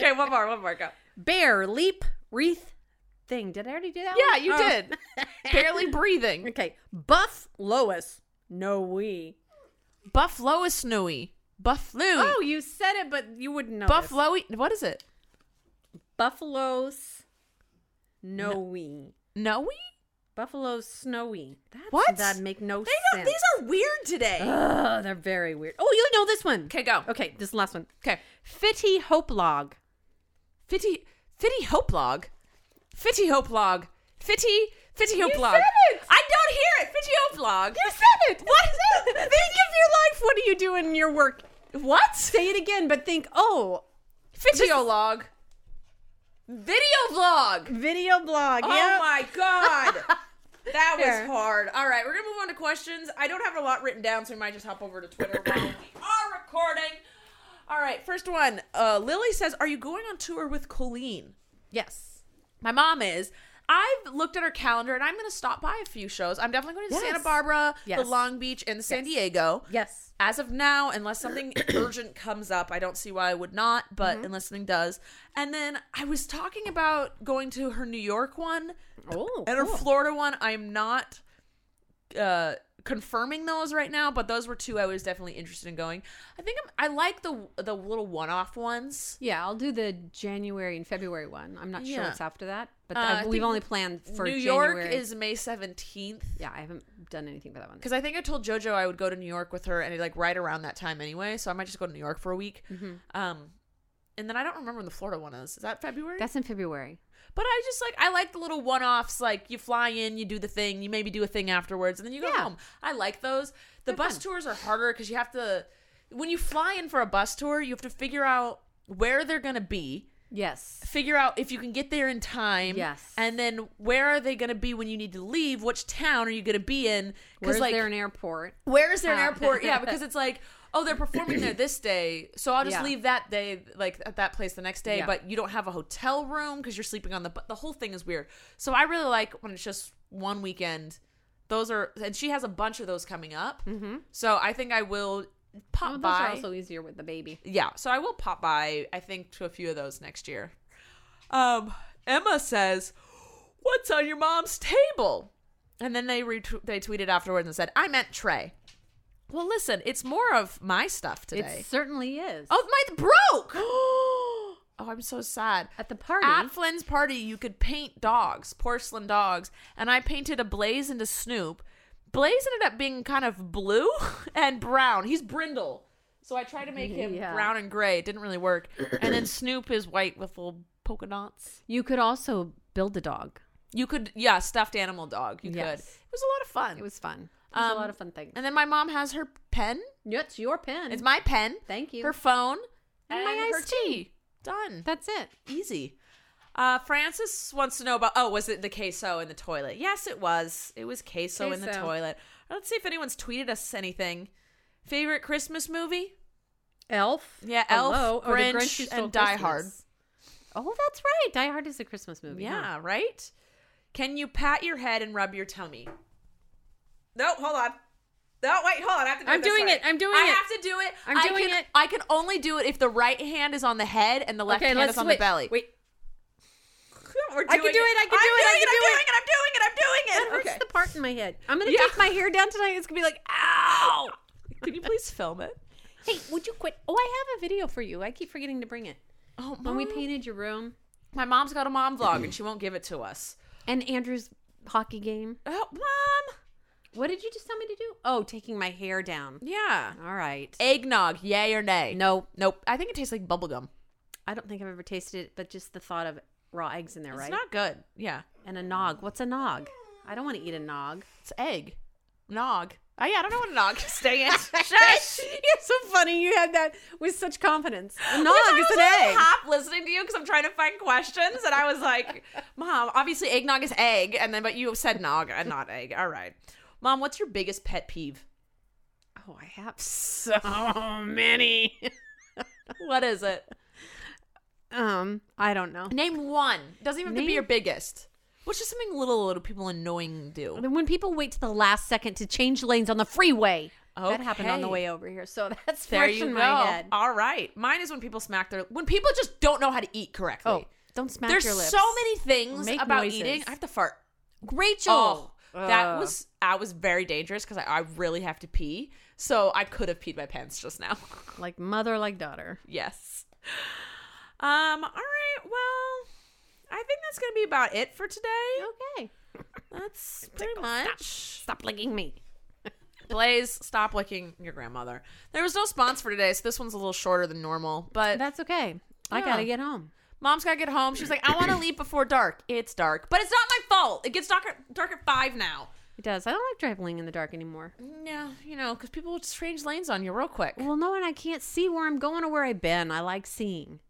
A: okay, one more, one more, go.
B: Bear leap wreath thing. Did I already do that?
A: Yeah,
B: one?
A: you
B: Oh.
A: did. Barely breathing.
B: Okay, Buff Lois. No we.
A: Buffalo is snowy. Buffalo.
B: Oh, you said it, but you wouldn't know. this.
A: Buffalo. What is it?
B: Buffalo's snowy.
A: Noe?
B: Buffalo's snowy. That's,
A: What?
B: That make no
A: They
B: sense.
A: don't, these are weird today.
B: Ugh, they're very weird. Oh, you know this one.
A: Okay, go.
B: Okay, this last one.
A: Okay.
B: Fitty Hope Log.
A: Fitty Fitty Hoplog. Fitty Hoplog. Fitty Fitty Hoplog.
B: said it!
A: I don't hear it. Fitty Hoplog.
B: You said it.
A: What is it?
B: Think of your life. What do you do in your work?
A: What?
B: Say it again, but think. Oh,
A: Videolog. Video vlog.
B: video blog.
A: Oh my god. That
B: Fair.
A: was hard. All right, we're gonna move on to questions. I don't have a lot written down, so we might just hop over to Twitter while we are recording. All right, first one. Uh, Lily says, "Are you going on tour with Colleen?"
B: Yes.
A: my mom is. I've looked at her calendar and I'm going to stop by a few shows. I'm definitely going to
B: Yes.
A: Santa Barbara, the
B: Yes.
A: Long Beach, and San Diego.
B: Yes.
A: As of now, unless something urgent comes up, I don't see why I would not, but
B: Mm-hmm.
A: unless something does. And then I was talking about going to her New York one
B: Oh.
A: and her Florida one. I'm not uh confirming those right now, but those were two I was definitely interested in going. I think I'm, I like the the little one-off ones.
B: Yeah, I'll do the January and February one. I'm not sure
A: Yeah.
B: what's after that, but
A: Uh,
B: I-
A: I
B: we've
A: think
B: only planned for
A: New
B: January.
A: York is May 17th.
B: yeah, I haven't done anything for that one.
A: Because I think I told JoJo I would go to New York with her, and it, like right around that time anyway. So I might just go to New York for a week. Um, and then I don't remember when the Florida one is. Is that February?
B: That's in February.
A: but I just like I like the little one-offs. Like you fly in, you do the thing, you maybe do a thing afterwards, and then you go
B: Yeah.
A: home. I like those. The bus tours are harder because you have to. When you fly in for a bus tour, you have to figure out where they're gonna be
B: Yes.
A: figure out if you can get there in time.
B: Yes.
A: And then where are they going to be when you need to leave? Which town are you going to be in?
B: Where's
A: Because like,
B: there an airport?
A: where is there an
B: Ah.
A: airport? yeah, because it's like, oh, they're performing there this day, so I'll just
B: Yeah.
A: leave that day, like at that place the next day.
B: Yeah.
A: But you don't have a hotel room because you're sleeping on the. bu- The whole thing is weird. So I really like when it's just one weekend. Those are, and she has a bunch of those coming up. Mm-hmm. So I think I will pop
B: Oh, those
A: by.
B: are also easier with the baby.
A: Yeah, so I will pop by, I think, to a few of those next year. Um, Emma says, What's on your mom's table? And then they retw they tweeted afterwards and said, I meant tray. Well, listen, it's more of my stuff
B: It
A: today.
B: certainly is.
A: oh, my broke! oh, I I'm so sad.
B: At the party-
A: At Flynn's party, you could paint dogs, porcelain dogs, and I painted a Blaze into Snoop. Blaze ended up being kind of blue and brown. He's brindle. So I tried to make him
B: Yeah.
A: brown and gray. It didn't really work. and then Snoop is white with little polka dots.
B: You could also build a dog.
A: You could, yeah, stuffed animal dog. You could.
B: Yes.
A: It was a lot of fun.
B: It was fun. It was
A: Um,
B: a lot of fun things.
A: and then my mom has her pen.
B: Yeah, it's your pen.
A: It's my pen.
B: Thank you.
A: Her phone and,
B: And
A: my
B: her
A: iced tea. Done.
B: That's it.
A: Easy. Uh, Francis wants to know about. Oh, was it the queso in the toilet? Yes, it was. It was queso, in the
B: Queso.
A: toilet. Let's see if anyone's tweeted us anything. Favorite Christmas movie?
B: Elf.
A: Yeah,
B: Hello,
A: Elf,
B: or The
A: Grinch,
B: Grinch Who Stole
A: and Die Hard.
B: Christmas. Oh, that's right. Die Hard is a Christmas movie. huh?
A: Yeah, right. Can you pat your head and rub your tummy? No, hold on. No, wait, hold on. I have to do
B: I'm
A: it this
B: doing
A: way.
B: it. I'm doing
A: I
B: it.
A: have to do it.
B: I'm
A: I
B: doing
A: can,
B: it.
A: I can only do it if the right hand is on the head and the left hand is on
B: switch.
A: the belly.
B: Wait.
A: We're
B: I can
A: doing
B: do it, I can
A: I'm
B: do it, I
A: doing
B: can do it.
A: I'm doing it. I'm doing it.
B: That
A: I'm doing it.
B: hurts the part in my head. I'm gonna
A: Yeah.
B: take my hair down tonight. It's gonna be like, ow.
A: Can you please film it?
B: Hey, would you quit? Oh, I have a video for you. I keep forgetting to bring it.
A: Oh,
B: When we
A: Mom.
B: painted your room
A: My mom's got a mom vlog and she won't give it to us.
B: and Andrew's hockey game.
A: Oh, mom.
B: What did you just tell me to do? Oh, taking my hair down.
A: Yeah.
B: All right.
A: Eggnog, yay or nay?
B: No,
A: Nope. I think it tastes like bubblegum.
B: I don't think I've ever tasted it, but just the thought of raw eggs in there,
A: It's
B: right?
A: not good. Yeah.
B: and a nog. What's a nog? I don't want to eat a nog.
A: It's egg. Nog. Oh, yeah, I don't know what a nog is. Dang it. Shush.
B: You're so funny. You had that with such confidence. A nog
A: Because I
B: is
A: was
B: an
A: on
B: egg.
A: Hop listening to you because I'm trying to find questions, and I was like, "Mom, obviously eggnog is egg," and then but you said nog and not egg. All right, Mom, what's your biggest pet peeve?
B: Oh, I have so many.
A: What is it?
B: um, I don't know.
A: Name one. Doesn't even have to be
B: Name-
A: your biggest. What's just something little little people annoying do?
B: When people wait to the last second to change lanes on the freeway, that happened on the
A: Okay.
B: way over here. So that's
A: There
B: fresh
A: you
B: in
A: go.
B: my head.
A: All right, mine is when people smack their when people just don't know how to eat correctly.
B: Oh, don't smack
A: There's
B: your lips.
A: so many things
B: Make
A: about
B: noises.
A: eating. I have to fart. Rachel,
B: Oh,
A: that
B: uh.
A: was I was very dangerous because I, I really have to pee, so I could have peed my pants just now.
B: like mother, like daughter.
A: yes. Um. All right. Well, I think that's gonna be about it for today.
B: Okay.
A: That's pretty much.
B: Stop licking me.
A: Blaze, stop licking your grandmother. There was no sponsor for today, so this one's a little shorter than normal. But
B: That's okay. I
A: Yeah.
B: gotta get home.
A: Mom's gotta get home. She's like, I want to leave before dark. It's dark, but it's not my fault. It gets dark at, dark at five now.
B: It does. I don't like traveling in the dark anymore.
A: Yeah, you know, because people will just change lanes on you real quick.
B: Well, no, and I can't see where I'm going or where I've been. I like seeing.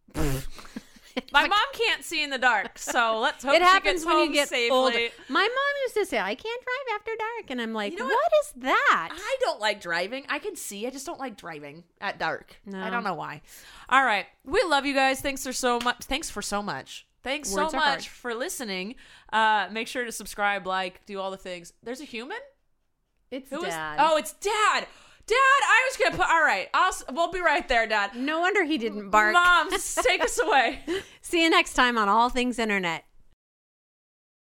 A: My mom can't see in the dark, so let's hope
B: it
A: she
B: happens
A: gets
B: when
A: home
B: you get
A: safely.
B: old. My mom used to say, "I can't drive after dark," and I'm like,
A: You know what?
B: "What is that?"
A: I don't like driving. I can see. I just don't like driving at dark. I
B: No.
A: don't know why. All right. We love you guys. Thanks for so much. Thanks for so much. Thanks
B: Words
A: so
B: are
A: much
B: hard.
A: for listening. Uh, make sure to subscribe, like, do all the things. There's a human?
B: It's
A: Who is?
B: dad.
A: Oh, it's dad. Dad, I was gonna put. All right, I'll. s- We'll be right there, Dad.
B: no wonder he didn't bark.
A: Mom, take us away.
B: See you next time on All Things Internet.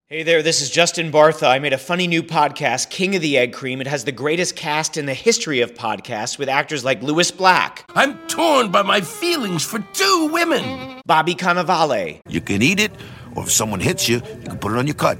C: Hey there, this is Justin Bartha. I made a funny new podcast, King of the Egg Cream. It has the greatest cast in the history of podcasts with actors like Louis Black,
D: I'm torn by my feelings for two women.
C: Bobby Cannavale,
D: You can eat it, or if someone hits you, you can put it on your cut.